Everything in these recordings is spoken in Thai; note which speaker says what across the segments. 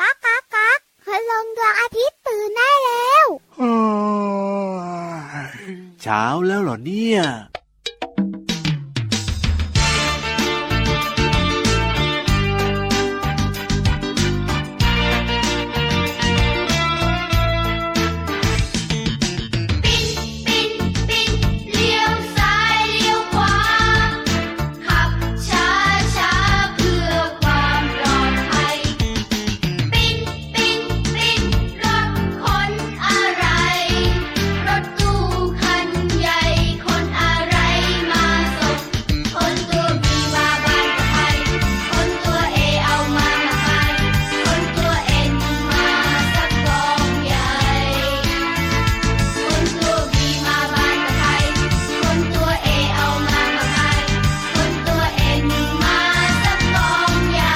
Speaker 1: ก๊ากก๊ากก๊ากคืลงดวงอาทิตย์ตื่นได้แล้ว
Speaker 2: เช้าแล้วเหรอเนี่ย
Speaker 3: ปิ๊งปิ๊งเลี้ยวซ้ายเลี้ยวขวา ขับช้าช้าเพื่อความปลอดภัย ปิ๊งปิ๊งปิ๊งรถขนอะไร รถตู้คันใหญ่ขนอะไรมาส่งคนตัวบีมาบ้านใครคนตัวเอเอามาใครคนตัวเอ็นมาสักกองใหญ่ คนตัวบีมาบ้านใครคนตัวเอเอามามาใครคนตัวเอ็นมาสักกองใหญ่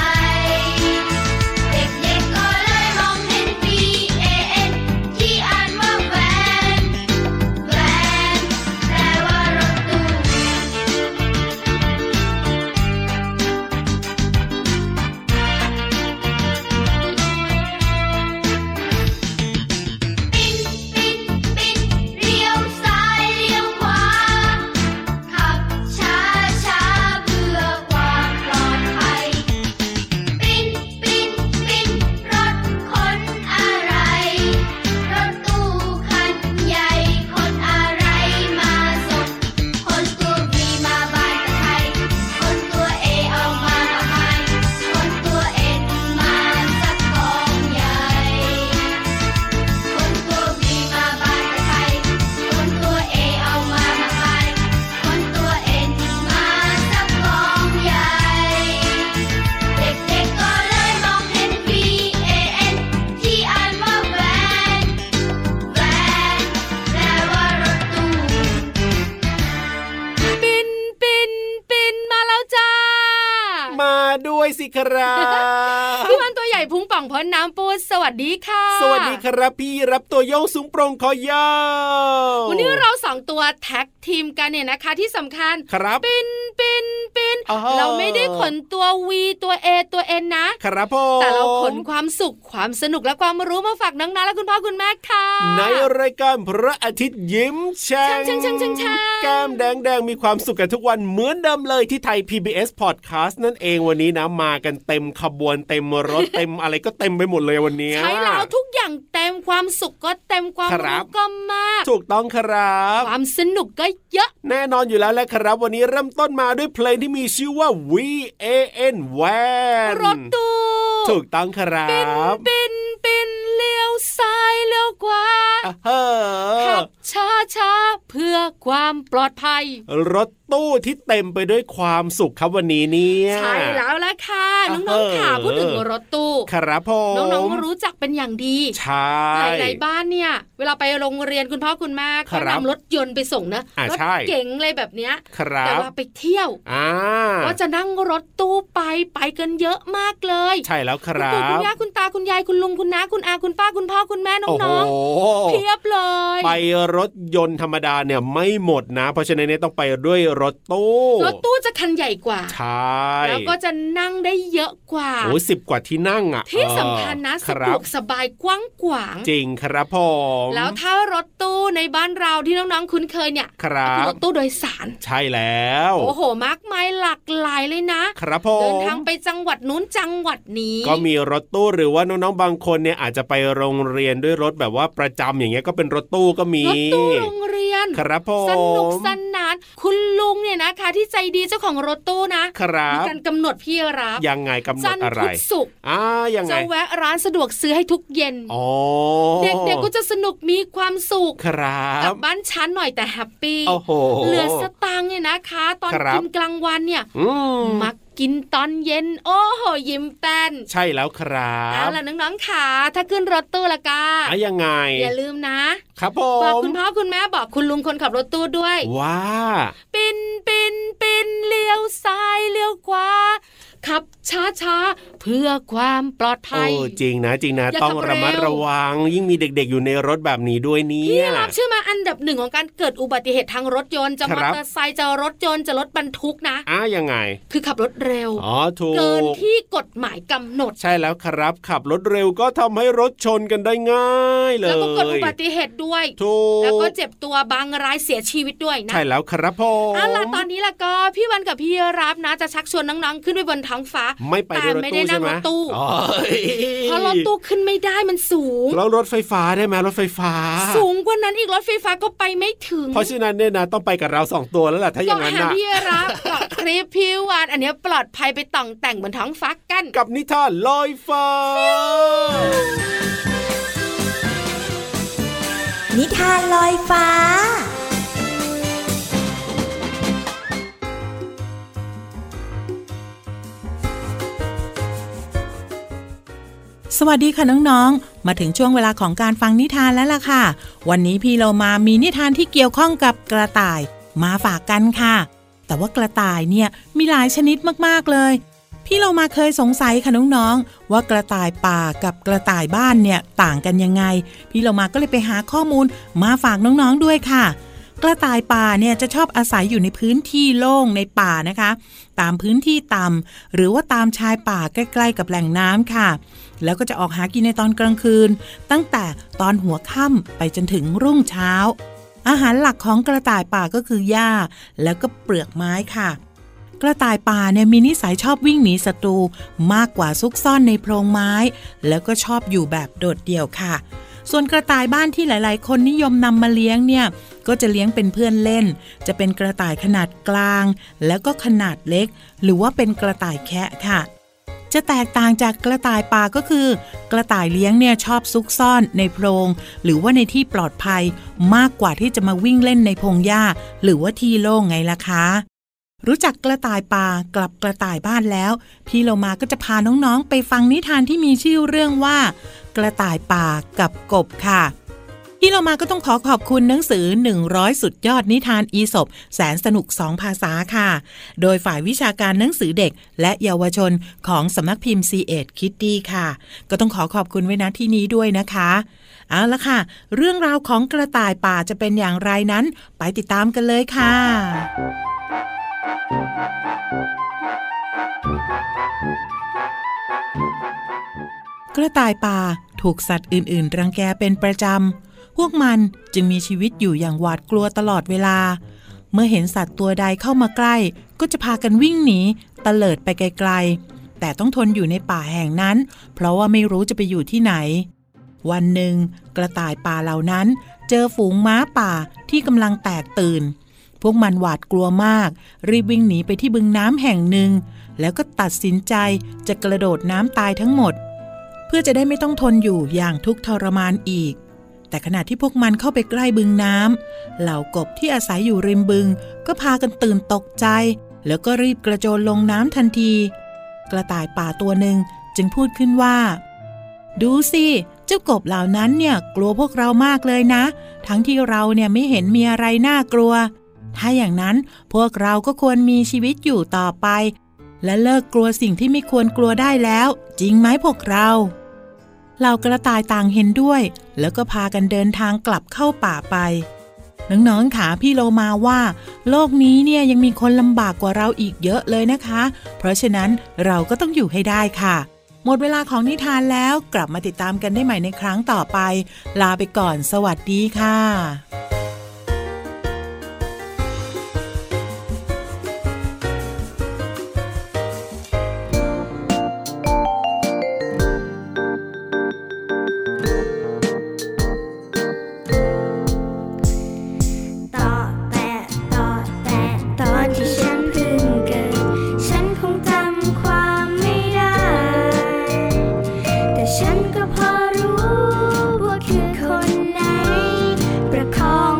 Speaker 3: เด็กๆก็เลยมองเห็น B A N ที่อ่านว่าแวนแวนแปลว่ารถตู้ ปิ๊งปิ๊งปิ๊งเลี้ยวซ้ายเลี้ยวขวา ขับช้าช้าเพื่อความปลอดภัย ปิ๊งปิ๊งปิ๊งรถขนอะไร รถตู้คันใหญ่ขนอะไรมาส่งคนตัวบีมาบ้านใครคนตัวเอเอามาใครคนตัวเอ็นมาสักกองใหญ่ คนตัวบีมาบ้านใครคนตัวเอเอามาใครคนตัวเอ็นมาสักกองใหญ่ เด็กๆก็เลยมองเห็น V A N ที่อ่านว่าแวนแวนแปลว่ารถตู้
Speaker 4: ปินปินปินมาแล้วจ้า
Speaker 5: มาด้วยสิครับ
Speaker 4: พี่วันตัวใหญ่พุงป่องพ้นน้ำปูดสวัสดีค่ะ
Speaker 5: สวัสดีครับพี่รับตัวโยงสูงโปรงคอยาว
Speaker 4: วันนี้เราสองตัวแท็กทีมกันเนี่ยนะคะที่สำคัญ
Speaker 5: ครับ
Speaker 4: ปินปินปิน
Speaker 5: อ๋อ
Speaker 4: เราไม่ได้ขนตัว V ตัว A ตัว N นะ
Speaker 5: ครับผม
Speaker 4: แต่เราขนความสุขความสนุกและความรู้มาฝากน้องๆและคุณพ่อคุณแม่ค่ะ
Speaker 5: ในรายการพระอาทิตย์ยิ้มแฉ่ง
Speaker 4: แฉ่งแฉ่งแฉ่งแฉ่ง
Speaker 5: แก้มแดงแดงมีความสุขกันทุกวันเหมือนเดิมเลยที่ไทย PBS Podcast นั่นเองวันนี้นะมากันเต็มขบวนเต็มรถ เต็มอะไรก็เต็มไปหมดเลยวันนี้
Speaker 4: ใช้แล้วทุกอย่างเต็มความสุขก็เต็มความ
Speaker 5: ค
Speaker 4: รู้
Speaker 5: รับ
Speaker 4: ก็มาก
Speaker 5: ถูกต้องครับ
Speaker 4: ความสนุกก็เยอะ
Speaker 5: แน่นอนอยู่แล้วแหละครับ วันนี้เริ่มต้นมาด้วยเพลงที่มีชื่อว่า V A N Van
Speaker 4: รถตู้
Speaker 5: ถูกต้องครับ
Speaker 4: ปินปินเลี้ยวซ้ายเลี้ยวขวา
Speaker 5: อ่ะเฮ้อ
Speaker 4: ขับช้าช้าเพื่อความปลอดภัย
Speaker 5: รถตู้ที่เต็มไปด้วยความสุขครับวันนี้เนี่ย
Speaker 4: ใช่แล้วละค่ะ
Speaker 5: อ่ะ
Speaker 4: น้องๆค่ะ
Speaker 5: เออ
Speaker 4: พูดถึงรถตู้
Speaker 5: ครับผม
Speaker 4: น้องๆรู้จักเป็นอย่างดี
Speaker 5: ใช่
Speaker 4: หลายๆบ้านเนี่ย เวลาไปโรงเรียนคุณพ่อคุณแม่
Speaker 5: ครั
Speaker 4: ก็
Speaker 5: บ
Speaker 4: นำรถยนต์ไปส่งนะ
Speaker 5: อ่ะ
Speaker 4: รถ
Speaker 5: ใช่
Speaker 4: เก๋งเลยแบบเนี้ย
Speaker 5: ครั
Speaker 4: แต่
Speaker 5: บ
Speaker 4: เวลาไปเที่ยว
Speaker 5: อ่า
Speaker 4: ก็จะนั่งรถตู้ไปไปกันเยอะมากเลย
Speaker 5: ใช่แล้วค
Speaker 4: คุณ
Speaker 5: รั
Speaker 4: ปู่คุณ
Speaker 5: บ
Speaker 4: ย่าคุณตาคุณยายคุณลุงคุณน้าคุณอาคุณป้าคุณพ่อคุณแม่
Speaker 5: โอ้โห
Speaker 4: น้องๆเพียบเลย
Speaker 5: ไปรถยนต์ธรรมดาเนี่ยไม่หมดนะ เพราะฉะนั้นเนี่ยต้องไปด้วยรถตู้
Speaker 4: รถตู้จะคันใหญ่กว่า
Speaker 5: ใช่
Speaker 4: แล้วก็จะนั่งได้เยอะกว่า
Speaker 5: โอ้สิบกว่าที่นั่งอ่ะ
Speaker 4: ที่สำคัญนะ
Speaker 5: เออค
Speaker 4: สะด
Speaker 5: รั
Speaker 4: ว
Speaker 5: บ
Speaker 4: กสบายกว้างขวาง
Speaker 5: จริงครับผม
Speaker 4: แล้วถ้ารถตู้ในบ้านเราที่น้องๆคุ้นเคยเนี่ย
Speaker 5: ค
Speaker 4: ก็
Speaker 5: รั
Speaker 4: คือบ รถตู้โดยสาร
Speaker 5: ใช่แล้ว
Speaker 4: โอ้โห มากมายหลากหลายเลยนะ
Speaker 5: ครับผม
Speaker 4: เดินทางไปจังหวัดนู้นจังหวัดนี้
Speaker 5: ก็มีรถตู้หรือว่าน้องๆบางคนเนี่ยอาจจะไปโรงเรียนด้วยรถแบบว่าประจำอย่างเงี้ยก็เป็นรถตู้ก็มี
Speaker 4: รถตู้โรงเรียน
Speaker 5: ครับผม
Speaker 4: สนุกสนาน คุณลุงเนี่ยนะคะ ที่ใจดีเจ้าของรถตู้นะ
Speaker 5: ครั
Speaker 4: มี
Speaker 5: บ
Speaker 4: การกำหนดพี่รับ
Speaker 5: ยังไงกำหน
Speaker 4: จัน
Speaker 5: ด
Speaker 4: ท
Speaker 5: อะ
Speaker 4: ร์
Speaker 5: ไร
Speaker 4: พุธศุกร์
Speaker 5: อ่ายังไง
Speaker 4: จะแวะร้านสะดวกซื้อให้ทุกเย็น
Speaker 5: อ๋อ
Speaker 4: เด็กๆก็จะสนุกมีความสุข
Speaker 5: ครั
Speaker 4: กลั
Speaker 5: บบ
Speaker 4: บ้านช้าหน่อยแต่แฮปปี้
Speaker 5: โอ้โห
Speaker 4: เหลือสตางค์เนี่ยนะคะ ตอน
Speaker 5: ครับ
Speaker 4: กินกลางวันเนี่ย
Speaker 5: อืม
Speaker 4: มากินตอนเย็น โอ้โหยิ้มแป้น
Speaker 5: ใช่แล้วครั
Speaker 4: เอา
Speaker 5: บ
Speaker 4: ล่ะน้องๆค่ะถ้าขึ้นรถตู้ละกา
Speaker 5: อ่ะยังไง
Speaker 4: อย่าลืมนะ
Speaker 5: ครับผ
Speaker 4: บอก
Speaker 5: ม
Speaker 4: คุณพ่อคุณแม่บอกคุณลุงคนขับรถตู้ด้วย
Speaker 5: ว้า
Speaker 4: ปินปินปินเลี้ยวซ้ายเลี้ยวขวา ขับช้าๆ เพื่อความปลอดภั
Speaker 5: โอ้
Speaker 4: ย
Speaker 5: จริงนะ จริงนะ
Speaker 4: อย่าขับ
Speaker 5: ต้องระมัด
Speaker 4: เร็ว
Speaker 5: ระวัง ยิ่งมีเด็กๆอยู่ในรถแบบนี้ด้วยเนี่
Speaker 4: พี่
Speaker 5: ย
Speaker 4: รับเชื่อไหมาอันดับหนึ่งของการเกิดอุบัติเหตุทางรถยนต์จะ
Speaker 5: ค
Speaker 4: มอ
Speaker 5: รับ
Speaker 4: เตอร์ไซค์จะรถยนต์จะรถบรรทุกนะ
Speaker 5: อ้ายังไง
Speaker 4: คือขับรถเร็ว
Speaker 5: อ๋อถู
Speaker 4: เกิน
Speaker 5: ก
Speaker 4: ที่กฎหมายกำหนด
Speaker 5: ใช่แล้วครับ ขับรถเร็วก็ทำให้รถชนกันได้ง่ายเลย
Speaker 4: แล้วก็เกิดอุบัติเหตุด้วย
Speaker 5: ถูก
Speaker 4: แล้วก็เจ็บตัวบางรายเสียชีวิตด้วยนะ
Speaker 5: ใช่แล้วครับผม
Speaker 4: เอาล่ะตอนนี้ล่ะก็พี่วันกับพี่รับนะ จะชักชวนน้องๆขึ้นไปบนท้องฟ้า
Speaker 5: ไม่ไปด้วยร
Speaker 4: แต่
Speaker 5: ถ
Speaker 4: ไม่ได้
Speaker 5: ตู้
Speaker 4: นั่ง
Speaker 5: ใช่ไหม
Speaker 4: รถตู้
Speaker 5: อ๋อ
Speaker 4: เพราะรถตู้ขึ้นไม่ได้มันสูง
Speaker 5: แล้วรถไฟฟ้าได้ไหมรถไฟฟ้า
Speaker 4: สูงกว่านั้นอีกรถไฟฟ้าก็ไปไม่ถึง
Speaker 5: เพราะฉะนั้นเนี่ยนะต้องไปกับเราสองตัวแล้วล่ะถ้าอย่างนั้น
Speaker 4: เกาะหา
Speaker 5: นะ
Speaker 4: งพี่รับ เกาะคลิปพี่วานอันเนี้ยปลอดภัยไปต่องแต่งบนท้องฟ้ากัน
Speaker 5: กับนิทานลอยฟ้า
Speaker 6: นิทานลอยฟ้า
Speaker 7: สวัสดีค่ะน้องๆ มาถึงช่วงเวลาของการฟังนิทานแล้วล่ะค่ะ วันนี้พี่เรามามีนิทานที่เกี่ยวข้องกับกระต่าย มาฝากกันค่ะ แต่ว่ากระต่ายเนี่ยมีหลายชนิดมากๆเลย พี่เรามาเคยสงสัยค่ะน้องๆ ว่ากระต่ายป่ากับกระต่ายบ้านเนี่ยต่างกันยังไง พี่เรามาก็เลยไปหาข้อมูลมาฝากน้องๆด้วยค่ะ กระต่ายป่าเนี่ยจะชอบอาศัยอยู่ในพื้นที่โล่งในป่านะคะ ตามพื้นที่ต่ำหรือว่าตามชายป่าใกล้ๆ กับแหล่งน้ำค่ะ แล้วก็จะออกหากินในตอนกลางคืน ตั้งแต่ตอนหัวค่ำไปจนถึงรุ่งเช้า อาหารหลักของกระต่ายป่าก็คือหญ้า แล้วก็เปลือกไม้ค่ะ กระต่ายป่าเนี่ยมีนิสัยชอบวิ่งหนีศัตรูมากกว่าซุกซ่อนในโพรงไม้ แล้วก็ชอบอยู่แบบโดดเดี่ยวค่ะ ส่วนกระต่ายบ้านที่หลาย ๆ คนนิยมนำมาเลี้ยงเนี่ย ก็จะเลี้ยงเป็นเพื่อนเล่น จะเป็นกระต่ายขนาดกลาง แล้วก็ขนาดเล็ก หรือว่าเป็นกระต่ายแคะค่ะ จะแตกต่างจากกระต่ายป่าก็คือ กระต่ายเลี้ยงเนี่ยชอบซุกซ่อนในโพรง หรือว่าในที่ปลอดภัย มากกว่าที่จะมาวิ่งเล่นในพงหญ้า หรือว่าที่โล่งไงล่ะคะ รู้จักกระต่ายป่ากลับกระต่ายบ้านแล้ว พี่เรามาก็จะพาน้องๆ ไปฟังนิทานที่มีชื่อเรื่องว่า กระต่ายป่ากับกบค่ะ พี่เรามาก็ต้องขอขอบคุณหนังสือ 100 สุดยอดนิทานอีสบแสนสนุก 2 ภาษาค่ะ โดยฝ่ายวิชาการหนังสือเด็ก และเยาวชนของสำนักพิมพ์ c ีเอ็ดคิตตี้ค่ะ ก็ต้องขอขอบคุณไว้นะที่นี้ด้วยนะคะเอาละค่ะ เรื่องราวของกระต่ายป่าจะเป็นอย่างไรนั้น ไปติดตามกันเลยค่ะ กระต่ายป่าถูกสัตว์อื่น ๆ รังแกเป็นประจำ พวกมันจึงมีชีวิตอยู่อย่างหวาดกลัวตลอดเวลา เมื่อเห็นสัตว์ตัวใดเข้ามาใกล้ ก็จะพากันวิ่งหนีตะเลิดไปไกล ๆ แต่ต้องทนอยู่ในป่าแห่งนั้น เพราะว่าไม่รู้จะไปอยู่ที่ไหน วันหนึ่ง กระต่ายป่าเหล่านั้น เจอฝูงม้าป่าที่กำลังแตกตื่น พวกมันหวาดกลัวมาก รีบวิ่งหนีไปที่บึงน้ำแห่งหนึ่ง แล้วก็ตัดสินใจจะกระโดดน้ำตายทั้งหมด เพื่อจะได้ไม่ต้องทนอยู่อย่างทุกข์ทรมานอีก แต่ขณะที่พวกมันเข้าไปใกล้บึงน้ำเหล่ากบที่อาศัยอยู่ริมบึง ก็พากันตื่นตกใจ แล้วก็รีบกระโจนลงน้ำทันที กระต่ายป่าตัวหนึ่งจึงพูดขึ้นว่า ดูสิเจ้ากบเหล่านั้นเนี่ยกลัวพวกเรามากเลยนะ ทั้งที่เราเนี่ยไม่เห็นมีอะไรน่ากลัว ถ้าอย่างนั้นพวกเราก็ควรมีชีวิตอยู่ต่อไป และเลิกกลัวสิ่งที่ไม่ควรกลัวได้แล้ว จริงไหมพวกเราเหล่ากระต่ายต่างเห็นด้วย แล้วก็พากันเดินทางกลับเข้าป่าไป น้องๆขาพี่โลมาว่า โลกนี้เนี่ยยังมีคนลำบากกว่าเราอีกเยอะเลยนะคะ เพราะฉะนั้นเราก็ต้องอยู่ให้ได้ค่ะ หมดเวลาของนิทานแล้วกลับมาติดตามกันได้ใหม่ในครั้งต่อไป ลาไปก่อน สวัสดีค่ะ
Speaker 8: ต่อแต่ต่อแต่ตอนที่ฉันเพิ่งเกิด ฉันคงจำความไม่ได้ แต่ฉันก็พอรู้ว่าคือคนไหน ประคอง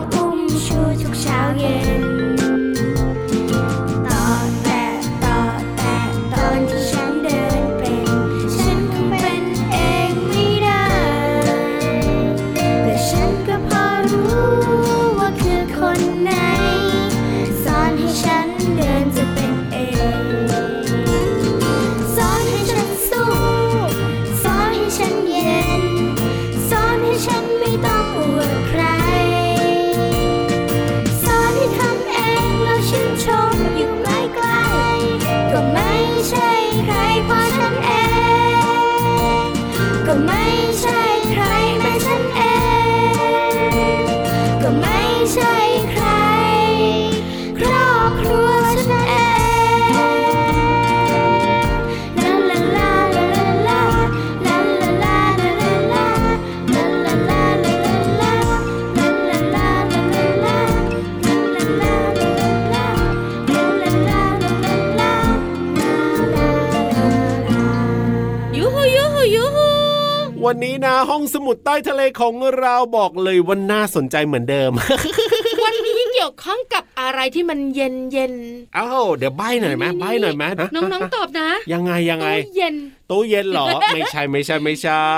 Speaker 5: วันนี้นะ ห้องสมุดใต้ทะเลของเราบอกเลยว่าน่าสนใจเหมือนเดิม
Speaker 4: วันนี้เกี่ยวข้องกับอะไรที่มันเย็นเย็น
Speaker 5: เอ้าเดี๋ยวใบหน่อยไหมใบหน่อยไหมฮะ
Speaker 4: ๆน้องๆตอบนะ
Speaker 5: ยังไงยังไง
Speaker 4: ตู้เย็น
Speaker 5: ตู้เย็นเหรอ ไม่ใช่ไม่ใช่ไม่ใช่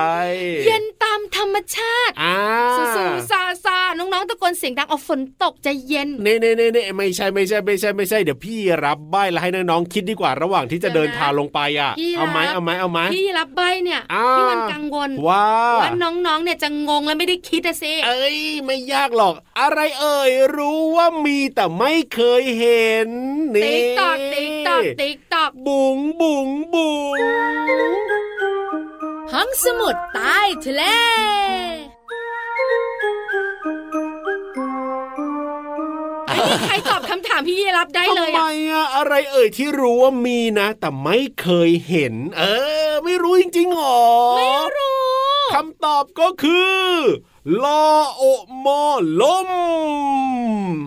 Speaker 4: เย็นตามธรรมชาติ
Speaker 5: อ่า
Speaker 4: สูสูซาซาน้องๆตะโกนเสียงดังเอาฝนตกจะเย็น
Speaker 5: เน่เน่เน่เน่ไม่ใช่ไม่ใช่ไม่ใช่ไม่ใช่เดี๋ยวพี่รับใบแล้วให้น้องๆคิดดีกว่าระหว่างที่จะ
Speaker 4: เดี๋
Speaker 5: เดิ
Speaker 4: ยวน นะ
Speaker 5: ทางลงไปอ่ะ
Speaker 4: พี่
Speaker 5: เอาไหม
Speaker 4: รับ
Speaker 5: เอาไหมเอาไหม
Speaker 4: พี่รับใบเนี่ย
Speaker 5: อ่า
Speaker 4: พี่วันกังวล
Speaker 5: ว้า
Speaker 4: ว่าน้องๆเนี่ยจะงงและไม่ได้คิดอะสิ
Speaker 5: เอ้ยไม่ยากหรอก อะไรเอ่ยรู้ว่ามีแต่ไม่เคยเห็นนี่
Speaker 4: ติ๊กตอกติ๊กตอกติ๊กตอก
Speaker 5: บุ๋งบุ๋งบุ๋ง
Speaker 4: ห้องสมุดใต้ทะเล อันนี้ใครตอบคำถามพี่ยีรับได้เลย
Speaker 5: ทำไม
Speaker 4: อะ
Speaker 5: อะอะไรเอ่ยที่รู้ว่ามีนะ แต่ไม่เคยเห็น เออ ไม่รู้จริงๆหรอ
Speaker 4: ไม่รู้
Speaker 5: คำตอบก็คือลอโอมอลม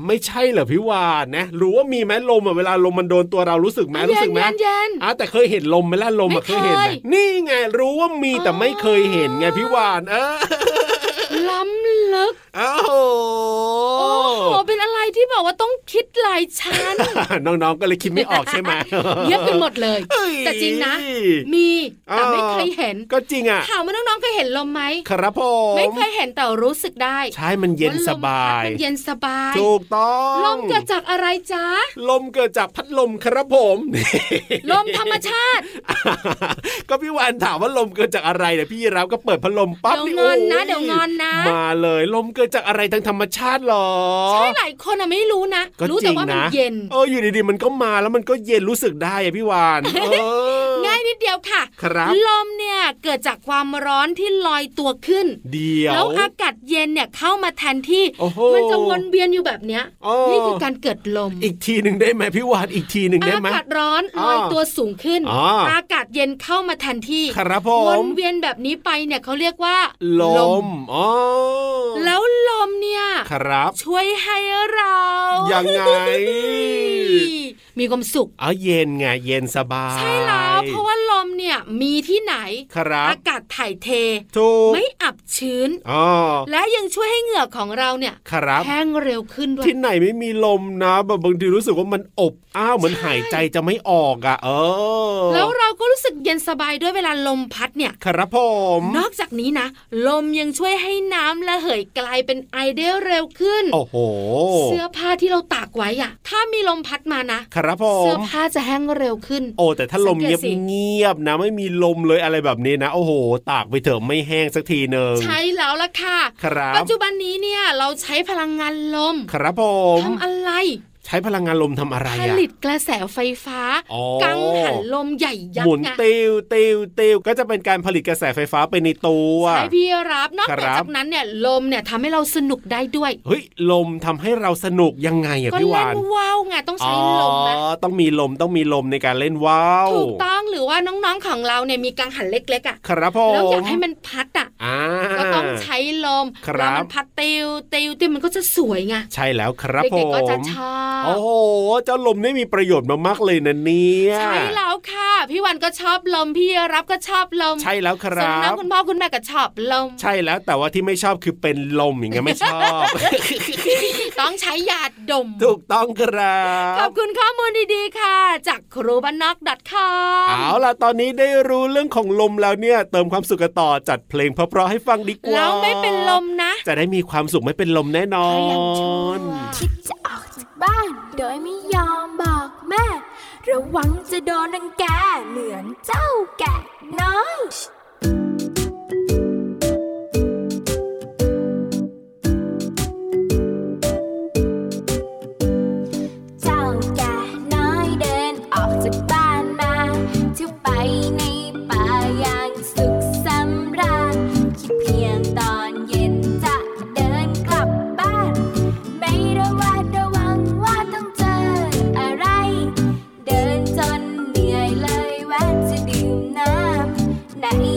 Speaker 5: ไม่ใช่เหรอพี่วานนะรู้ว่ามีไหมลมอ่ะเวลาลมมันโดนตัวเรารู้สึกไหมรู้สึกไหม
Speaker 4: เย็นเย็น
Speaker 5: อ่ะแต่เคยเห็นลมไหมล่ะลมอ่ะ
Speaker 4: ไม่
Speaker 5: เค
Speaker 4: เคย
Speaker 5: ยเห็นไหมนี่ไงรู้ว่ามีแต่ไม่เคยเห็นไงพี่วานเออ
Speaker 4: ล้ำลึก
Speaker 5: เอ้าโห
Speaker 4: โอ้โห เป็นอะไรที่บอกว่าต้องคิดหลาย ชั้น
Speaker 5: น้องๆก็เลยคิดไม่ออกใช่ไหม
Speaker 4: เยอะกันหมดเลย
Speaker 5: เอ้ย
Speaker 4: แต่จริงนะ มีแต่ไม่
Speaker 5: อ่า
Speaker 4: เคยเห็น
Speaker 5: ก็จริงอ่ะ
Speaker 4: ถามว่าน้องๆเคยเห็นลมไหม
Speaker 5: ครับผม
Speaker 4: ไม่เคยเห็นแต่รู้สึกได้
Speaker 5: ใช่มันเย็น
Speaker 4: ว่ลม
Speaker 5: สบา
Speaker 4: พัด
Speaker 5: ย
Speaker 4: มันเย็นสบาย
Speaker 5: ถูกต้อง
Speaker 4: ลมเกิดจากอะไรจ๊ะ
Speaker 5: ลมเกิดจากพัดลมครับผม
Speaker 4: ลมธรรมชาติ
Speaker 5: ก็พี่วานถามว่าลมเกิดจากอะไรเนี่ยพี่ยีรับก็เปิดพัดลมปั๊บ
Speaker 4: เดี๋ยวงอนนะ
Speaker 5: โย
Speaker 4: เดี๋ยวงอนนะ
Speaker 5: มาเลยลมเกิดจากอะไรทางธรรมชาติหรอ
Speaker 4: ใช่หลายคนอะไม่รู้นะ
Speaker 5: ก็
Speaker 4: รู้
Speaker 5: จ
Speaker 4: แต่
Speaker 5: ริง
Speaker 4: ว่ามัน
Speaker 5: นะ
Speaker 4: เย็น
Speaker 5: เอออยู่ดีๆมันก็มาแล้วมันก็เย็นรู้สึกได้อะพี่วานเออ
Speaker 4: ง่ายนิดเดียวค่ะ
Speaker 5: ครับ
Speaker 4: ลมเนี่ยเกิดจากความร้อนที่ลอยตัวขึ้น
Speaker 5: เดียว
Speaker 4: แล้วอากาศเย็นเนี่ยเข้ามาแทนที่
Speaker 5: โอ้โห
Speaker 4: มันจะวนเวียนอยู่แบบเนี้ย
Speaker 5: โอ้
Speaker 4: นี่คือการเกิดลม
Speaker 5: อีกทีหนึ่งได้ไหมพี่วานอีกทีหนึ่งได้
Speaker 4: อา
Speaker 5: ไหม
Speaker 4: กาศร้อนล
Speaker 5: อ่า
Speaker 4: อยตัวสูงขึ้น
Speaker 5: อ่า
Speaker 4: อากาศเย็นเข้ามาแทนที่
Speaker 5: ครับผ
Speaker 4: วน
Speaker 5: ม
Speaker 4: เวียนแบบนี้ไปเนี่ยเขาเรียกว่า
Speaker 5: ลมอ๋อ
Speaker 4: แล้วลมเนี่ย
Speaker 5: ครับ
Speaker 4: ช่วยให้เราย
Speaker 5: ยังไง
Speaker 4: มีความสุข
Speaker 5: อ๋อเย็นไงเย็นสบาย
Speaker 4: ใช่แล้วเพราะว่าลมเนี่ยมีที่ไหน
Speaker 5: ครับ
Speaker 4: อากาศถ่ายเท
Speaker 5: ถูก
Speaker 4: ไม่อับชื้น
Speaker 5: อ๋อ
Speaker 4: และยังช่วยให้เหงื่อของเราเนี่ย
Speaker 5: ครับ
Speaker 4: แห้งเร็วขึ้นด้วย
Speaker 5: ที่ไหนไม่มีลมนะแบบบางทีรู้สึกว่ามันอบอ้าวเหมือนหายใจจะไม่ออกอ่ะ เออ
Speaker 4: แล้วเราก็รู้สึกเย็นสบายด้วยเวลาลมพัดเนี่ย
Speaker 5: ครับผม
Speaker 4: นอกจากนี้นะ ลมยังช่วยให้น้ำระเหยกลายเป็นไอได้เร็วขึ้น
Speaker 5: โอ้โห
Speaker 4: เสื้อผ้าที่เราตากไว้อะถ้ามีลมพัดมานะ
Speaker 5: ครับผ
Speaker 4: เสื้อ
Speaker 5: ม
Speaker 4: ผ้าจะแห้งเร็วขึ้น
Speaker 5: โอ้แต่ถ้าลมเงียบ
Speaker 4: สังเกตสิ
Speaker 5: เงียบๆนะ ไม่มีลมเลยอะไรแบบนี้นะ โอ้โห ตากไปเถอะไม่แห้งสักทีหนึ่ง
Speaker 4: ใช้แล้วล่ะค่ะ
Speaker 5: ครับ
Speaker 4: ปัจจุบันนี้เนี่ยเราใช้พลังงานลม
Speaker 5: ครับผม
Speaker 4: ทำอะไร
Speaker 5: ใช้พลังงานลมทำอะไร
Speaker 4: ผ
Speaker 5: อ่ะ
Speaker 4: ลิตกระแสไฟฟ้า
Speaker 5: อ๋อ
Speaker 4: กังหันลมใหญ่ยัก
Speaker 5: หมุน
Speaker 4: ษ์ไง
Speaker 5: ติวติวติวก็จะเป็นการผลิตกระแสไฟฟ้าไปในตัว
Speaker 4: ใช้พี่รับนอก
Speaker 5: ค
Speaker 4: เหนื
Speaker 5: รั
Speaker 4: อบ จากนั้นเนี่ยลมเนี่ยทำให้เราสนุกได้ด้วย
Speaker 5: เฮ้ยลมทำให้เราสนุกยังไงอ่ะ
Speaker 4: ก็
Speaker 5: พี่
Speaker 4: เล่
Speaker 5: วาน
Speaker 4: นว่าวไงต้อง
Speaker 5: อ๋
Speaker 4: ใช้ลมนะ
Speaker 5: อต้องมีลมต้องมีลมในการเล่นว้าว
Speaker 4: ถูกต้องหรือว่าน้องๆของเราเนี่ยมีกังหันเล็กๆอ่ะ
Speaker 5: ครับผ
Speaker 4: แล้วอยาก
Speaker 5: ม
Speaker 4: ให้มันพัดอ่ะ
Speaker 5: อ่า
Speaker 4: ก็ต้องใช้ลม
Speaker 5: ครับ
Speaker 4: แล้วมันพัดติวติวติวมันก็จะสวยไง
Speaker 5: ใช่แล้วครับผ
Speaker 4: เด็ก
Speaker 5: ม
Speaker 4: ๆก็จะชอบ
Speaker 5: โอ้โหเจ้าลมนี่มีประโยชน์มากๆเลยนะเนี่ย
Speaker 4: ใช่แล้วค่ะ พี่วันก็ชอบลม พี่รับก็ชอบลม
Speaker 5: ใช่แล้วค
Speaker 4: ส่วน
Speaker 5: รั
Speaker 4: น้อบ งคุณพ่อคุณแม่ก็ชอบลม
Speaker 5: ใช่แล้วแต่ว่าที่ไม่ชอบคือเป็นลมอย่างเงี้ยไม่ชอบ
Speaker 4: ต้องใช้ยาดม
Speaker 5: ถูกต้องครับ
Speaker 4: ขอบคุณข้อมูลดีๆค่ะ จากครูบ้านนอก .com
Speaker 5: เอาล่ะ ตอนนี้ได้รู้เรื่องของลมแล้วเนี่ย เติมความสุขกันต่อจัดเพลงเพราะๆให้ฟังดีกว่า
Speaker 4: แล้วไม่เป็นลมนะ
Speaker 5: จะได้มีความสุขไม่เป็นลมแน่นอ
Speaker 4: ใครอยากชัว
Speaker 5: น
Speaker 8: คิดจะออกจากบ้าน โดยไม่ยอมบอกแม่ ระวังจะโดนรังแกเหมือนเจ้าแกะน้อย เจ้าแกะน้อยเดินออกจากบ้านมาเที่ยวไปในป่าอย่างสุขสำราญคิดเพียงตอนเย็นจะเดินกลับบ้าน ไม่ระแวดระวังว่าต้องเจออะไร เดินจนเหนื่อยเลยแวะจะดื่มน้ำ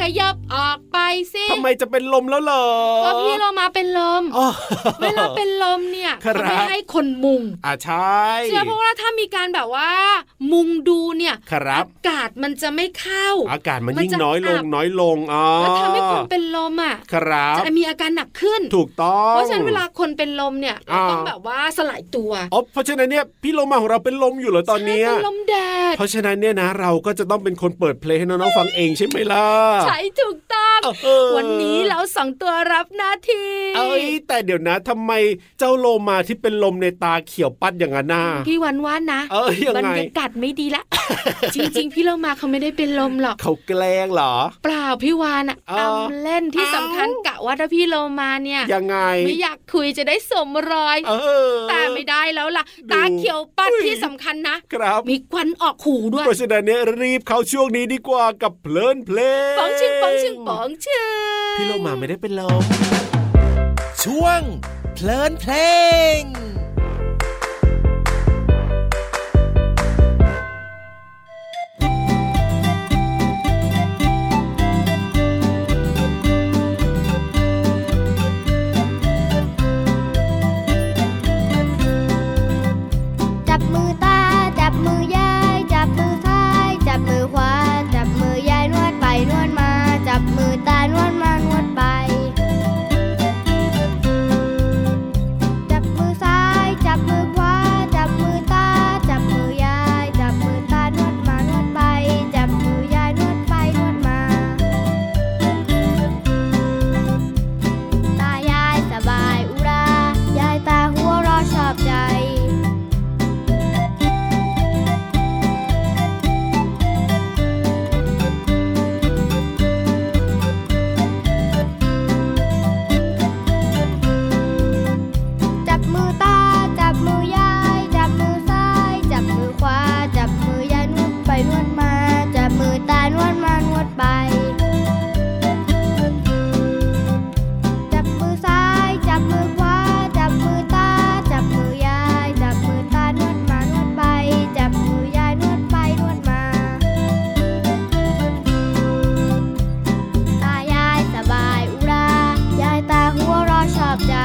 Speaker 4: ขยับออกไปสิ
Speaker 5: ทำไมจะเป็นลมแล้วเหรอ
Speaker 4: ก็พี่เรามาเป็นลม
Speaker 5: อ๋อ
Speaker 4: เวลาเป็นลมเนี่ย
Speaker 5: ครับ
Speaker 4: จะไม่ให้คนมุง
Speaker 5: อ่าใช่
Speaker 4: เชื่อเพราะว่าถ้ามีการแบบว่า มุงดูเนี่ย
Speaker 5: ครับ
Speaker 4: อากาศมันจะไม่เข้า
Speaker 5: อากาศมัน
Speaker 4: มัน
Speaker 5: ยิ่ง
Speaker 4: จะ
Speaker 5: น้อยลง
Speaker 4: อับ
Speaker 5: น้อยลงอ๋อ
Speaker 4: แล้วทำให้คนเป็นลมอ่ะ
Speaker 5: ครับ
Speaker 4: จะมีอาการหนักขึ้น
Speaker 5: ถูกต้อง
Speaker 4: เพราะฉะนั้นเวลาคนเป็นลมเนี่ยเรา
Speaker 5: อ่า
Speaker 4: ต้องแบบว่าสลายตัว
Speaker 5: อ๋อเพราะฉะนั้นเนี่ยพี่โลมาของเราเป็นลมอยู่เหรอตอนเนี้ย
Speaker 4: ใช่เป็นลมแดด
Speaker 5: เพราะฉะนั้นเนี่ยนะเราก็จะต้องเป็นคนเปิดเพลงให้น้องๆฟังเองใช่ไหมล่ะ
Speaker 4: ใช่ถูกต้อง
Speaker 5: เออ
Speaker 4: วันนี้เราสองตัวรับหน้าที่
Speaker 5: เอ้ยแต่เดี๋ยวนะทำไมเจ้าโลมาที่เป็นลมในตาเขียวปัดอย่างนั้นน่ะ
Speaker 4: พี่วันว่านะ
Speaker 5: เอ้ยยัง
Speaker 4: บ
Speaker 5: ไง
Speaker 4: รรยากาศไม่ดีละ จริง ๆ พี่เรามาเขาไม่ได้เป็นลมหรอก
Speaker 5: เขาแกล้งเหรอ
Speaker 4: เปล่าพี่วานอะ
Speaker 5: เออ
Speaker 4: เอาเล่นที่
Speaker 5: เอ้า
Speaker 4: สำคัญกะว่าถ้าพี่โลมาเนี่ย
Speaker 5: ยังไง
Speaker 4: ไม่อยากคุยจะได้สวมรอย
Speaker 5: เออ
Speaker 4: แต่ไม่ได้แล้วล่ะ
Speaker 5: ดู
Speaker 4: ตาเขียวปัด
Speaker 5: อุ้ย
Speaker 4: ที่สำคัญนะ
Speaker 5: ครับ
Speaker 4: มีควันออกหูด้วย
Speaker 5: เพราะฉะนั้นเนี่ยรีบเข้าช่วงนี้ดีกว่ากับเพลินเพลง
Speaker 4: ป๋องชิงป๋องชิงป๋องชิง
Speaker 5: พี่โลมาไม่ได้เป็นลม
Speaker 2: ช่วง เพลินเพลง
Speaker 3: จับมือตา จับมือยาย จับมือซ้าย จับมือขวา จับมือยายนวดไปนวดมา จับมือตานวดมานวดไป จับมือซ้าย จับมือขวา จับมือตา จับมือยาย จับมือตานวดมานวดไป จับมือยายนวดไปนวดมา ตายายสบายอุรา ยายตาหัวเรอชอบใจ จับมือตา จับมือยาย จับมือซ้าย จับมือขวา จับมือยายนวดไปนวดมา จับมือตานวดมานวดไป จับมือซ้าย จับมือขวา จับมือตา จับมือยาย จับมือตานวดมานวดไป จับมือยายนวดไปนวดมา ตายายสบายอุรา ยายตาหัวเรอชอบใจ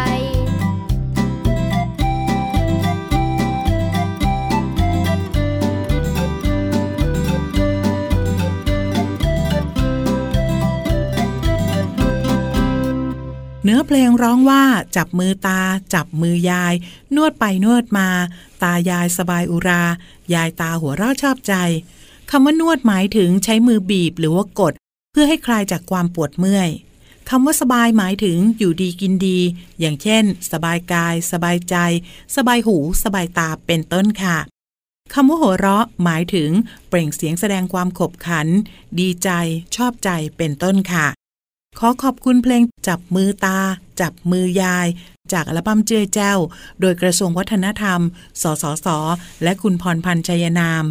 Speaker 7: เนื้อเพลงร้องว่า จับมือตา จับมือยาย นวดไปนวดมา ตายายสบายอุรา ยายตาหัวเราะชอบใจคำว่านวดหมายถึงใช้มือบีบหรือว่ากด เพื่อให้คลายจากความปวดเมื่อยคำว่าสบายหมายถึงอยู่ดีกินดี อย่างเช่น สบายกาย สบายใจ สบายหู สบายตาเป็นต้นค่ะ คำว่าหัวเราะหมายถึงเปล่งเสียงแสดงความขบขัน ดีใจ ชอบใจเป็นต้นค่ะ ขอขอบคุณเพลงจับมือตา จับมือยาย จากอัลบั้มเจือยแจ้ว โดยกระทรวงวัฒนธรรม สสส และคุณพรพันธ์ชัยนาม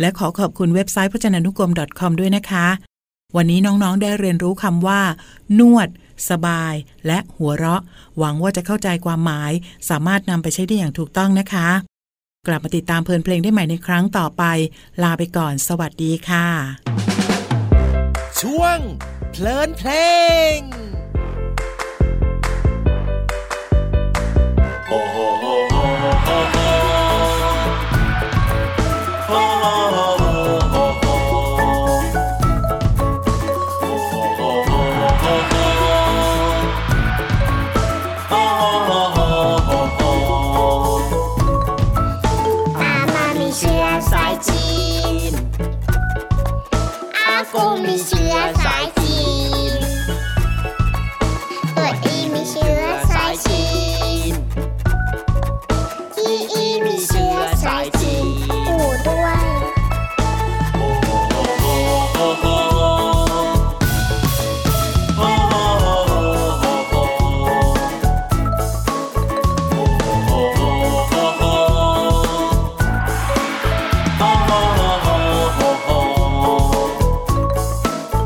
Speaker 7: และขอขอบคุณเว็บไซต์พจนานุกรม .com ด้วยนะคะ วันนี้น้องๆ ได้เรียนรู้คำว่า นวด สบาย และหัวเราะ หวังว่าจะเข้าใจความหมาย สามารถนำไปใช้ได้อย่างถูกต้องนะคะ กลับมาติดตามเพลินเพลงได้ใหม่ในครั้งต่อไป ลาไปก่อน สวัสดีค่ะ
Speaker 2: ช่วง เพลินเพลง
Speaker 1: อามามีเชื้อสายจีน อากงมีเชื้อสายจีน ตัวอีมีเชื้อสายจีน อีอีมีเชื้อสายจีนปู่ด้วย
Speaker 2: โ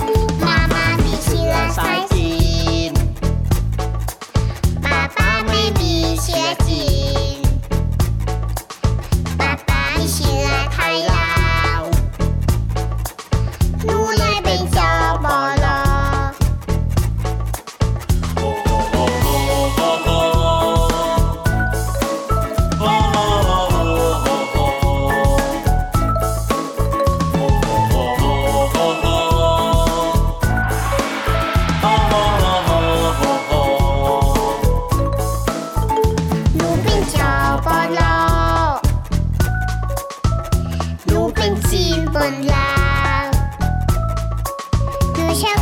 Speaker 3: ล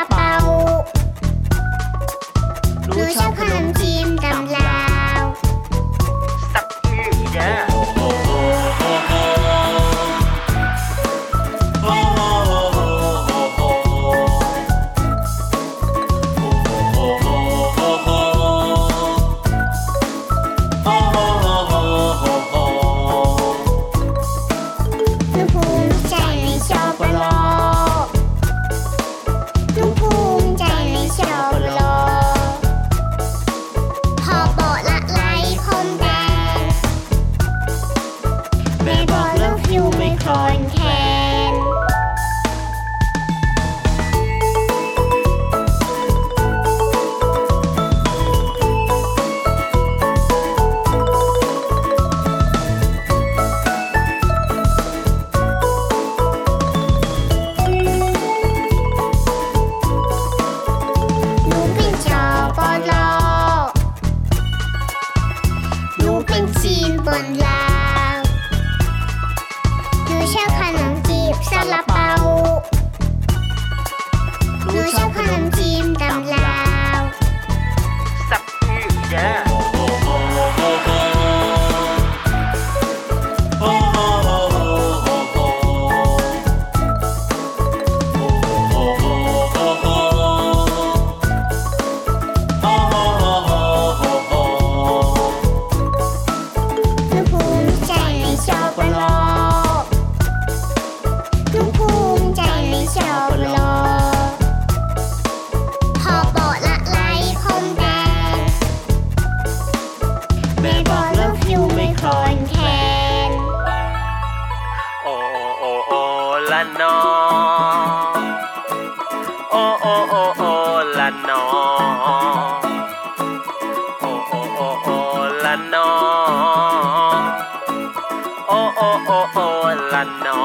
Speaker 3: าเปาหนูชอบขนมจีนตำลาว หนูภูมิใจในชอบปลอหนูภูมิใจในชอบปลอพอโปะละไลคมแดงแม่บอกลูกอยู่ไม่คลอนแคนหนูเป็นชอปลอหนูเป็นจีนบนลาวหนูชอบขนมจีบซาลาเปาหนูชอบขนมจีนตำลาว หนูภูมิใจในชอบปลอหนูภูมิใจในชอบปลอพอโปะละไลคมแดงแม่บอกลูกอยู่ไม่คลอนแคน
Speaker 9: โอโอโอละนอโอโอโอโอละนอโอโอโอโอละนอโอโอโอโอละนอ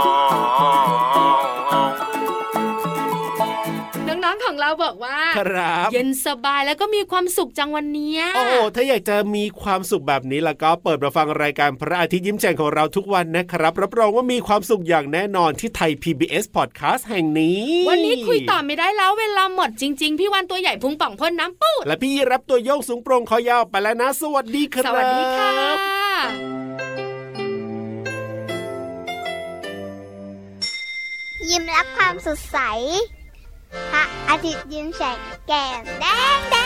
Speaker 4: น้องๆของเราบอกว่า
Speaker 5: ครับ
Speaker 4: เย็นสบายแล้วก็มีความสุขจังวันเนี้ย
Speaker 5: โอ้โหถ้าอยากจะมีความสุขแบบนี้แล้วก็เปิดมาฟังรายการพระอาทิตย์ยิ้มแฉ่งของเราทุกวันนะครับ รับรองว่ามีความสุขอย่างแน่นอนที่ไทย PBS Podcast แห่งนี้
Speaker 4: วันนี้คุยต่อไม่ได้แล้วเวลาหมดจริง ๆ พี่วันตัวใหญ่พุงป่องพ่นน้ำปูด
Speaker 5: และพี่รับตัวโยกสูงโปรงคอยาวไปแล้วนะ สวัสดีครับ
Speaker 4: สวัสดีค่ะ
Speaker 3: ยิ้มรับความสดใส พระอาทิตย์ยิ้มแฉกแก้มแดงแด